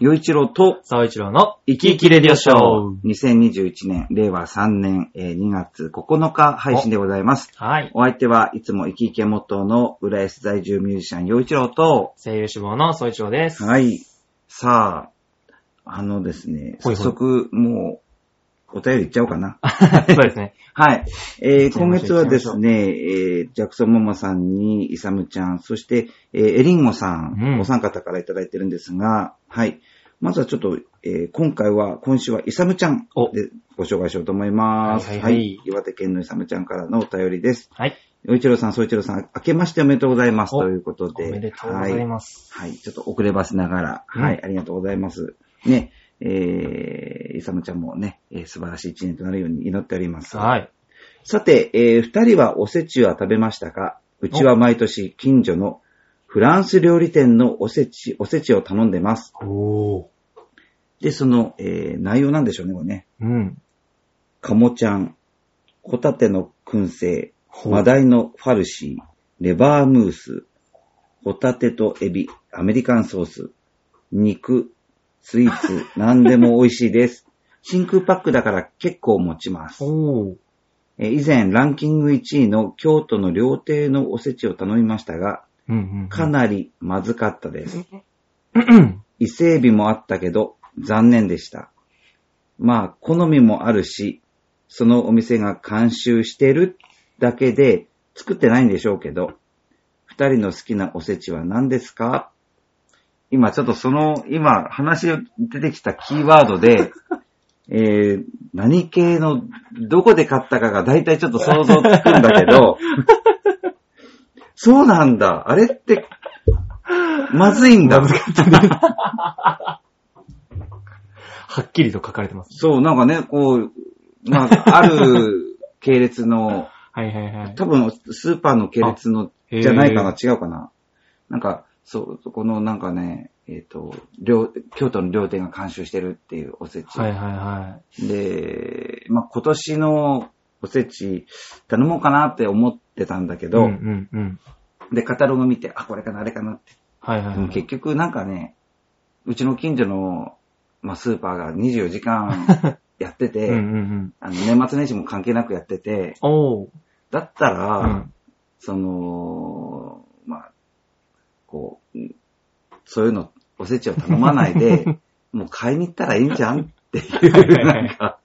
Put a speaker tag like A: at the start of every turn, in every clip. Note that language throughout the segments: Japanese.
A: 洋一郎と、
B: 沢一郎の、
A: 生
B: き生きレディオショー
A: 2021年、令和3年、えー2月9日配信でございます。
B: はい。
A: お相手はいつも生き生き元の浦安在住ミュージシャン洋一郎と、
B: 声優志望の総一郎です。
A: はい。さあ、あのですね、
B: ほいほい
A: 早速、もう、お便りいっちゃおうかな。
B: そうですね。
A: はい。えー
B: 行っちゃい
A: 今
B: ましょう
A: 月はですね、えージャクソンママさんに、イサムちゃん、そして、えーエリンゴさん、
B: うん
A: お三方からいただいてるんですが、はい。まずはちょっと、えー今回は、今週はイサムちゃん
B: お
A: でご紹介しようと思います。
B: はいはいはい
A: 岩手県のイサムちゃんからのお便りです。
B: はい。
A: 洋一郎さん、総一郎さん、明けましておめでとうございます。
B: お
A: ということ
B: お
A: で。
B: めでとうございます。
A: はい。ちょっと遅ればせながら、
B: うん
A: はい、ありがとうございます。ね、えー、イサムちゃんもね、えー素晴らしい一年となるように祈っております。
B: はい。
A: さて、えー二人はおせちは食べましたかうちは毎年近所のフランス料理店のおせち、おせちを頼んでます。
B: おー。
A: で、その、えー内容なんでしょうね、これね。
B: うん。
A: カモちゃん、ホタテの燻製、
B: ほう
A: マダイのファルシー、レバームース、ホタテとエビ、アメリカンソース、肉、スイーツ、何でも美味しいです。真空パックだから結構持ちます。
B: おー。
A: えー以前ランキング1位の京都の料亭のおせちを頼みましたが、
B: うんうんうん。
A: かなりまずかったです。
B: うん
A: 伊勢海老もあったけど、残念でした。まあ、好みもあるし、そのお店が監修してるだけで作ってないんでしょうけど、二人の好きなおせちは何ですか今ちょっとその、今話出てきたキーワードで、 えー、何系の、どこで買ったかが大体ちょっと想像つくんだけ ど、そうなんだ。あれって、まずいんだ。
B: はっきりと書かれてます。
A: そう、なんかね、こう、ま あ、ある系列の、
B: はいはいはい。
A: 多分スーパーの系列の
B: へー
A: じゃないかな、違うかな。なんか、そう、そこのなんかね、えっ、と、料京都の料亭が監修してるっていうおせち。
B: はいはいは
A: で、まあ、今年のおせち頼もうかなって思ってたんだけ
B: い。
A: ど、
B: うんうんうん。
A: で、カタログ見て、あ、これかな、あれかなって。
B: はいはい
A: でも
B: はい。
A: 結局なんかね、うちの近所の、まあ、スーパーが24時間 やってて、
B: うんうんうん。
A: あの、年末年始も関係なくやってて、
B: おー。
A: だったら、
B: うん。
A: その、まあ、こう、うんそういうの、おせちを頼まない で、もう買いに行ったらいいんじゃんっていう、なんか、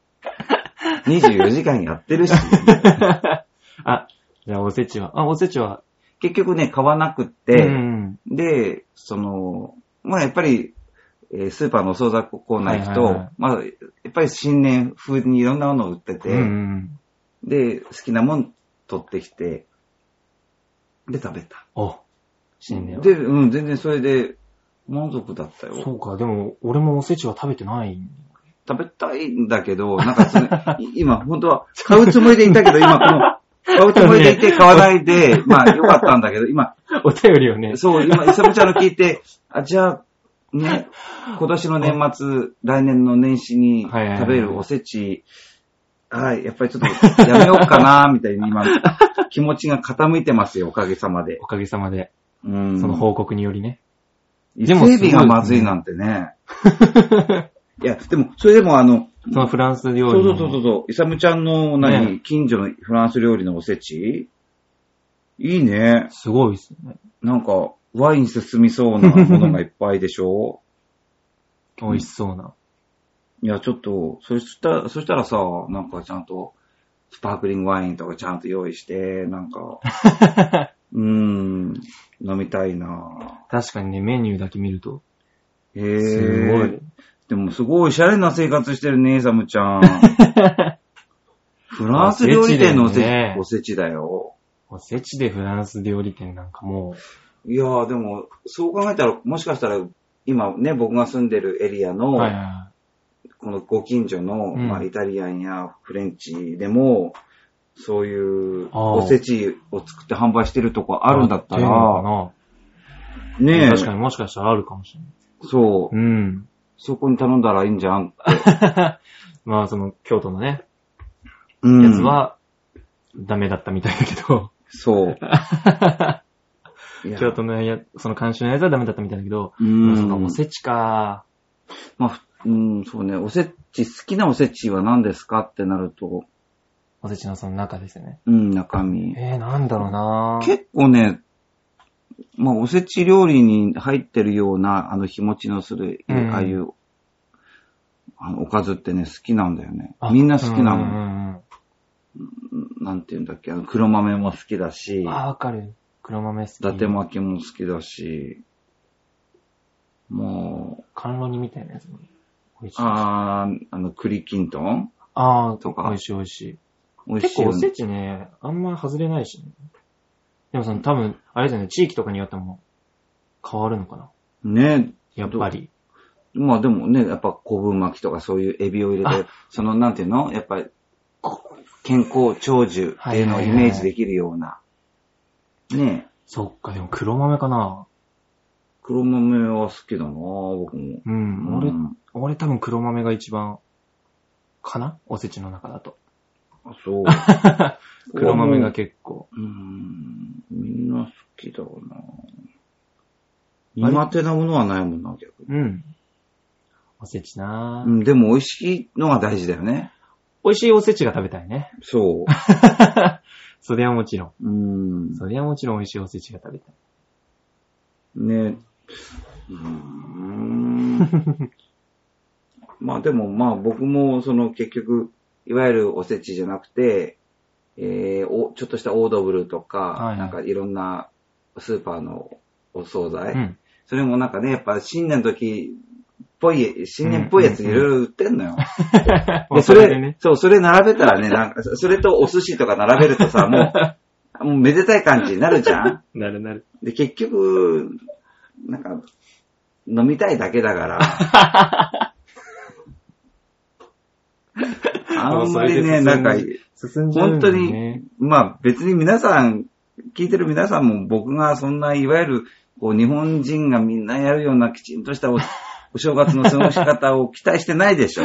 A: 24時間やってるし、
B: あ、じゃあおせちは。あ、おせちは。
A: 結局ね、買わなくっ
B: う
A: て、
B: ん
A: で、その、まあやっぱり、えースーパーのお惣菜コーナー行くと、
B: はいはいはい
A: まあ、やっぱり新年風にいろんなものを売ってて、
B: うん。うんうん。
A: で、好きなもん取ってきて、で、食べた。
B: お。新年は
A: で、うん、全然それで満足だった
B: そ
A: よ。
B: うか、でも、俺もおせちは食べてない。
A: 食べたいんだけ ど、なんかその、い今、本当は買うつもりでいたけど、今この、買うつもりでいて買わないで、まあよかったんだけど、今、
B: お便りをね。
A: そう、今、イサムちゃんの聞いて、あ、じゃあ、ね、今年の年末、来年の年始に
B: はいはいはい
A: 食べるおせち、はい、やっぱりちょっとやめようかな、みたいに今、気持ちが傾いてますよ、おかげさまで。
B: おかげさまで、
A: うん。
B: その報告によりね。
A: 伊
B: で
A: 勢
B: も
A: 海老がまずいなんてね。いや、でも、それでもあの、
B: そのフランス料
A: そう
B: 理
A: そ
B: の。
A: うそうそう、イサムちゃんの何、
B: ね
A: 近所のフランス料理のおせちいいね。
B: すごいですね。
A: なんか、ワイン進みそうなものがいっぱいでし ょ
B: 美味しそうな。
A: いや、ちょっと、そしたら、そしたらさ、なんかちゃんと、スパークリングワインとかちゃんと用意して、なん か、うーん、飲みたいな
B: 確かにね、メニューだけ見ると。
A: へえ。
B: すごい。
A: でもすごいシャレな生活してるね、サムち ゃん。フランス料理店のおせ
B: おせち
A: ち
B: だよね
A: おせちだよ。
B: おせちでフランス料理店なんかも
A: いやーでも、そう考えたら、もしかしたら、今ね、僕が住んでるエリア
B: う、
A: の、
B: はいはいは
A: このご近所の、
B: うん
A: まあ、イタリアンやフレンチでも、そういう
B: あー
A: おせちを作って販売してるとこ
B: い、
A: あるんだった
B: あ
A: ら、
B: ってんのかな
A: ねえ、
B: 確かにもしかしたらあるかもしれない。
A: そう、
B: うん。
A: そこに頼んだらいいんじゃん。
B: まあ、その、京都のね、
A: うん
B: やつは、ダメだったみたいだけど、
A: そう。いや
B: 京都のや、その監修のやつはダメだったみたいだけど、
A: うん
B: そうかおせちか。
A: まあ、ふうん、そうね、おせち、好きなおせちは何ですかってなると、
B: おせちのその中ですよね。
A: うん、中身。
B: えー、なんだろうなぁ。
A: 結構ね、まあ、おせち料理に入ってるような、あの、日持ちのする、
B: うん
A: ああいう、あの、おかずってね、好きなんだよね
B: あ。
A: みんな好きな
B: うん
A: の。
B: うんうん
A: なんていうんだっけ、あの、黒豆も好きだし、
B: あー、わかる。黒豆好き。
A: 伊達巻きも好きだし、も
B: 甘露煮みたいなやつも。美味し
A: う、
B: い。
A: あー、あの、栗きんとん
B: あー、
A: とか
B: 美味しい美味しい。
A: 美味
B: 結
A: しい
B: 構
A: よ
B: お
A: ね
B: せ。ちね、あんま外れないしね。でもその多分、あれだよね、地域とかによっても変わるのかな。
A: ね。
B: やっぱり。
A: まあでもね、やっぱ昆布巻きとかそういうエビを入れて、そのなんていうのやっぱり、こ健康長寿っていうのをイメージできるような。ねえ、
B: そっか、でも黒豆かな。
A: 黒豆は好きだなぁ僕も。う
B: う、
A: ん
B: 俺、
A: ん
B: 俺多分黒豆が一番、かなおせちの中だと。
A: あそう。
B: 黒豆が結構。
A: うん、みんな好きだな
B: あれ
A: 苦手なものはないもんな、逆に。
B: うん。おせちな
A: う
B: ぁ、
A: ん、でも美味しいのが大事だよね。
B: 美味しいおせちが食べたいね。
A: そ
B: それはもちろん。
A: う。うん。
B: それはもちろん美味しいおせちが食べたい。
A: ね。うーん。まあでもまあ僕もその結局、いわゆるおせちじゃなくて、えー、おちょっとしたオードブルとか、
B: はいはい
A: なんかいろんなスーパーのお惣菜、
B: うん。
A: それもなんかね、やっぱ新年の時っぽい、新年っぽいやついろいろ売ってんのよ。で、そ
B: で
A: れ
B: ね、。
A: そう、それ並べたらね、なんか、それとお寿司とか並べるとさ、も う、もうめでたい感じになるじゃん
B: なるなる。
A: で、結局、なんか、飲みたいだけだから。 あんまりね、なんか、
B: 進んじゃう
A: 本
B: ん
A: 当
B: だ
A: に、
B: ね。
A: まあ別に皆さん、聞いてる皆さんも僕がそんないわゆる、こう日本人がみんなやるようなきちんとしたおお正月の過ごし方を期待してないで しょ。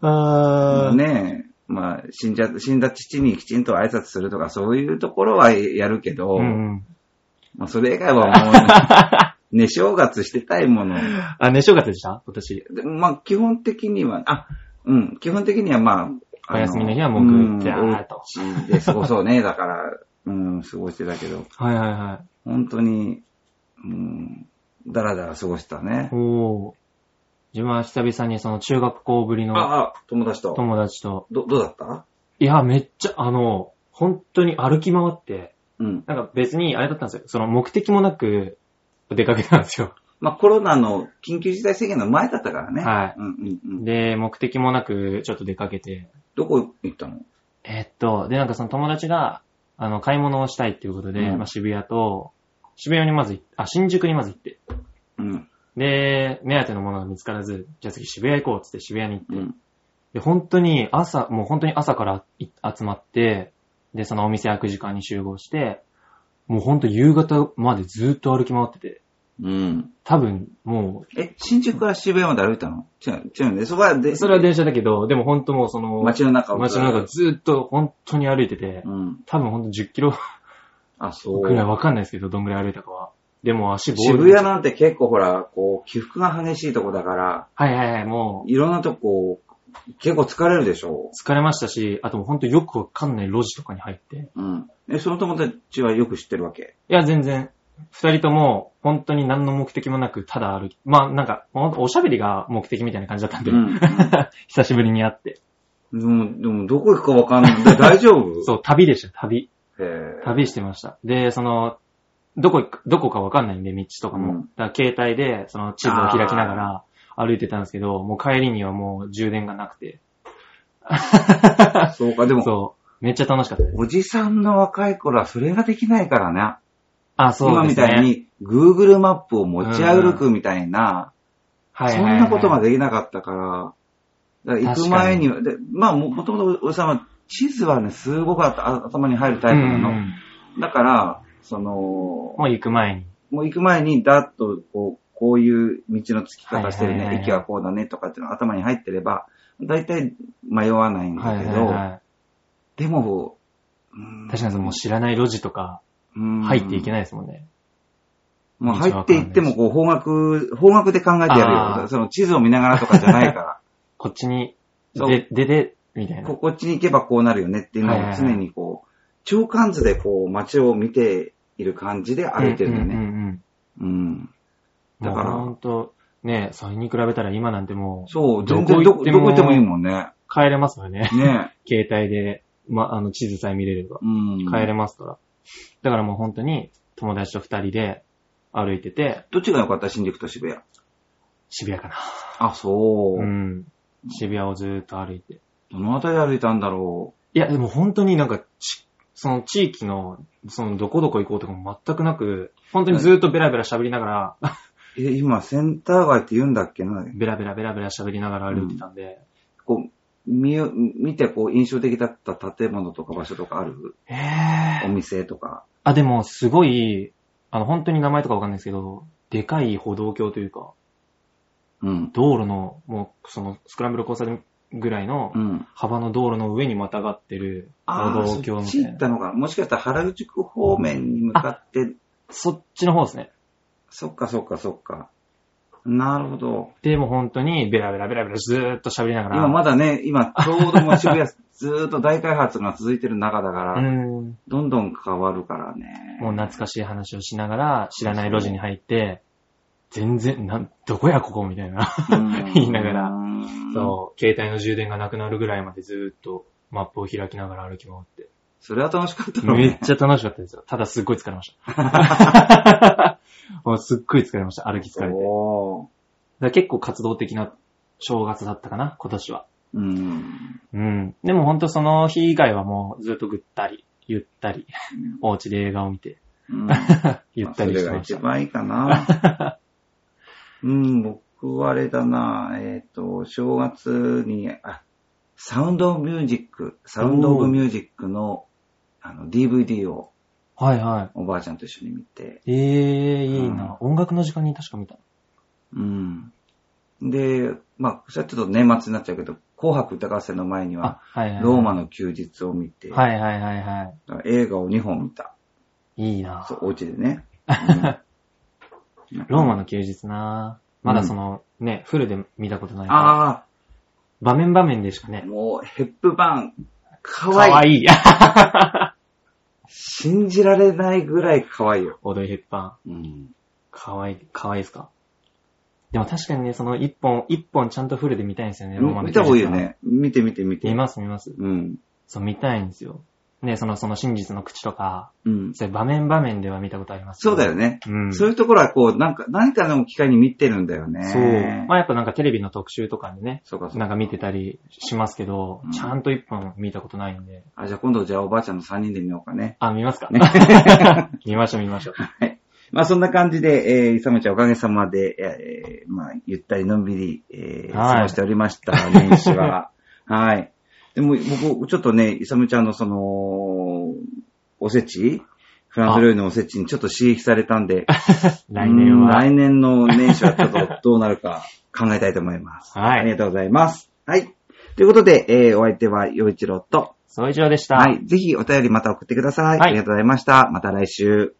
B: あー。
A: ねえ。まあ、死んじゃ、死んだ父にきちんと挨拶するとか、そういうところはやるけど、
B: うんうん。
A: まあ、それ以外はもう、 ね、正月してたいもの。
B: あ、ね、正月でした今年。
A: でまあ、基本的には、あ、うん、基本的にはまあ、あ
B: お休みの日はもうぐーっ
A: うん
B: ゃーっと。
A: お家で過ごそうね、だから、うん、過ごしてたけど、
B: はいはいは
A: 本当に、うん、だらだら過ごしてたね
B: い。。おー。自分は久々にその中学校ぶりの
A: あ、あ、友達と。
B: 友達と、
A: ど、どうだった
B: いや、めっちゃ、あの、本当に歩き回って、
A: うん。
B: なんか別にあれだったんですよ。その目的もなく出かけたんですよ。
A: まあ、コロナの緊急事態宣言の前だったからね。
B: はい
A: うんうんうん。
B: で、目的もなくちょっと出かけて、
A: どこ行ったの
B: えーっと、で、なんかその友達が、あの、買い物をしたいっていうことで、
A: うん
B: まあ、渋谷と、渋谷にまず行っあ、新宿にまず行って。
A: うん。
B: で、目当てのものが見つからず、じゃあ次渋谷行こうっつって渋谷に行って。
A: うん。
B: で、本当に朝、もう本当に朝からい集まって、で、そのお店開く時間に集合して、もう本当夕方までずーっと歩き回ってて、
A: うん。
B: 多分も
A: え、新宿から渋谷まで歩いたの違う、違うね。そこは、で、
B: う、それは電車だけど、でも本当もうその、
A: 街の中を。
B: 街の中ずーっと本当に歩いてて、
A: うん。
B: 多分本当10キロ
A: あ、そう。
B: ぐらいわかんないですけど、どんぐらい歩いたかは。でも足ボール。
A: 渋谷なんて結構ほら、こう、起伏が激しいとこだから、
B: はいはいはい、も
A: いろんなとこ、結構疲れるでしょ
B: う、疲れましたし、あともうほんとよくわかんない路地とかに入って。い
A: うん。え、その友達はよく知ってるわけ
B: や、全然。二人とも、本当に何の目的もなく、ただ歩き、まあなんか、ほんとおしゃべりが目的みたいな感じだったんで、
A: うん。
B: 久しぶりに会って。
A: うんでも、でも、どこ行くかわかんない。大丈夫。
B: そうう、旅でした、旅。
A: へぇ
B: 旅してました。で、その、どこ行く、どこかわかんないんで、道とかも。
A: うん
B: だから携帯で、その地図を開きながら歩いてたんですけど、もう帰りにはもう充電がなくて。
A: そうか、でも、
B: そう。めっちゃ楽しかったです。
A: おじさんの若い頃はそれができないからね。
B: あ、そう
A: 今
B: で
A: み
B: す
A: た
B: ね。
A: いに Google マップを持ち歩くみたいな、
B: はい
A: そ
B: はいはい
A: んなことができなかったから、だから行く前には、でまあももともとおじさんは地図はね、すごくあた頭に入るタイプなの。
B: うんうん
A: だから、その、
B: もう行く前に。
A: もう行く前にだっとこう、こういう道のつき方してる
B: はいはいはい
A: ね、
B: はい
A: 駅はこうだねとかっていうのが頭に入ってれば、大体迷わないんだけど、でも、
B: 確かにそのもう知らない路地とか
A: に
B: 入ってい
A: ない。
B: けないですもんね。
A: もう入っていっても、こう、方角、方角で考えてやる
B: あ
A: よ。
B: ー
A: その地図を見ながらとかじゃないか
B: こっちに、
A: そう
B: で、でで、みたい
A: ら、
B: な。
A: ここっちに行けばこうなるよねっていうのを常にこう、長官図でこう、街を見ている感じで歩いてるんだよ
B: うんう
A: ね。
B: んうん
A: うん。
B: うん。
A: だ
B: だ
A: か
B: か、
A: らら
B: ほんと、ね、それに比べたら今なんてもう、
A: そう、
B: ど
A: 全
B: こ
A: 然
B: 行
A: ど
B: っ
A: こ、
B: て
A: ど
B: も
A: こ行ってもいいもんね。
B: 帰れますからね。
A: ね
B: 携帯で、ま、あの、地図さえ見れれば。
A: うん。
B: 帰れますから。だからもう本当に、友達と二人で歩いてて、
A: どっちが良かった新宿と渋谷。
B: 渋谷かな。
A: あ、そう。
B: うん。渋谷をずーっと歩いて。
A: どのあたり歩いたんだろ
B: いや、でも本当になんかち、その地域の、そのどこどこ行こうとかも全くなく、本当にずーっとベラベラ喋りながら、
A: う。え、今、センター街って言うんだっけな
B: ベラベラベラベラ喋りながら歩いてたんで、
A: こう、見よ、見てこう、印象的だった建物とか場所とかある
B: え
A: お
B: ー
A: 店とか。
B: あ、でもすごい、あの本当に名前とかわかんないですけど、でかい歩道橋というか、
A: うん。
B: 道路の、もうそのスクランブル交差点ぐらいの
A: うん。
B: 幅の道路の上にまたがってる
A: あ
B: 歩
A: あ、そ
B: 道
A: っ
B: 橋みた
A: ち行
B: い
A: っ
B: な。
A: たのかな。もしかしたら原口区方面に向かって、
B: そっちの方ですね。
A: そっかそっかそっか。なるほど。
B: でも本当にベラベラベラベラずーっと喋りながら。
A: 今まだね、 今ちょうどもう渋谷 ずーっと大開発が続いてる中だから、
B: うん。
A: どんどん変わるからね。
B: もう懐かしい話をしながら、知らない路地に入って、全然、なん、どこやここみたいな。
A: うん
B: 言いながら。
A: うん
B: そう、携帯の充電がなくなるぐらいまでずーっとマップを開きながら歩き回って。
A: それは楽しかったろう
B: めっ
A: ね。
B: ちゃ楽しかったですよ。ただすっごい疲れま した。もうすっごい疲れました。歩き疲れて。だか
A: おー
B: ら結構活動的な正月だったかな、今年は。
A: うん。
B: うん。でもほんとその日以外はもうずっとぐったり、ゆったり、お家で映画を見て、
A: うん
B: ゆったりしてまし
A: それが一
B: た。
A: 番いいかな。 うん、僕はあれだな、えっ、と、正月に、あ、サウンドオブミュージック、サウンドオブミュージックの、あの、DVD を
B: はいはい。
A: おばあちゃんと一緒に見て、
B: ええいいな、音楽の時間に確か見た。
A: うん。で、まあ、それはちょっと年末になっちゃうけど、紅白歌合戦の前には
B: あ、、はいはい。
A: ローマの休日を見て、
B: はいはいはいは
A: 映画を2本見た。
B: い。いいな
A: そう、お家でね。うん
B: ローマの休日なまだその、ね、フルで見たことないから。
A: あ
B: 場面場面でしか
A: あ、
B: ね。
A: もう、ヘップバーン、か
B: か
A: わいい。
B: わいい。
A: 信じられないぐらい可愛いよ。
B: オードリー・ヘッパン。
A: うん。
B: かわいい、かわいいですか。でも確かにね、その一本、一本ちゃんとフルで見たいんですよね、ローマの
A: 見
B: 休日
A: た
B: は
A: 方がいいよ。ね。見て見て見て。
B: 見ます見ます。
A: うん。
B: そう、見たいんですよ。ね、その、その真実の口とか、
A: うん。
B: そういう場面場面では見たことありますけど
A: そうだよ。ね。
B: うん。
A: そういうところはこう、なんか、何かの機会に見てるんだよね。
B: そう。まあやっぱなんかテレビの特集とかでね、
A: そうか、そう
B: なん
A: か。
B: か見てたりしますけど、
A: うん
B: ちゃんと一本見たことないんで。
A: あ、じゃあ今度じゃあおばあちゃんの3人で見ようかね。
B: あ、見ま すか見ましょう見ましょう。
A: まあそんな感じで、えー、いさめちゃんおかげさまで、えー、まあ、ゆったりのんびり、えー、
B: はい
A: 過ごしておりま した、年始は。はい。でも、僕、ちょっとね、いさめちゃんのその、おせちフランス料理のおせちにちょっと刺激されたんで、
B: 来年
A: うん
B: は。
A: 来年の年始はちょっとどうなるか 考えたいと思います。あ
B: は
A: り
B: い。
A: がとうございます。はい。ということで、えーお相手は、よいちろうと、
B: そう以上でした。
A: はい。ぜひお便りまた送ってください。
B: はい
A: ありがとうございました。また来週。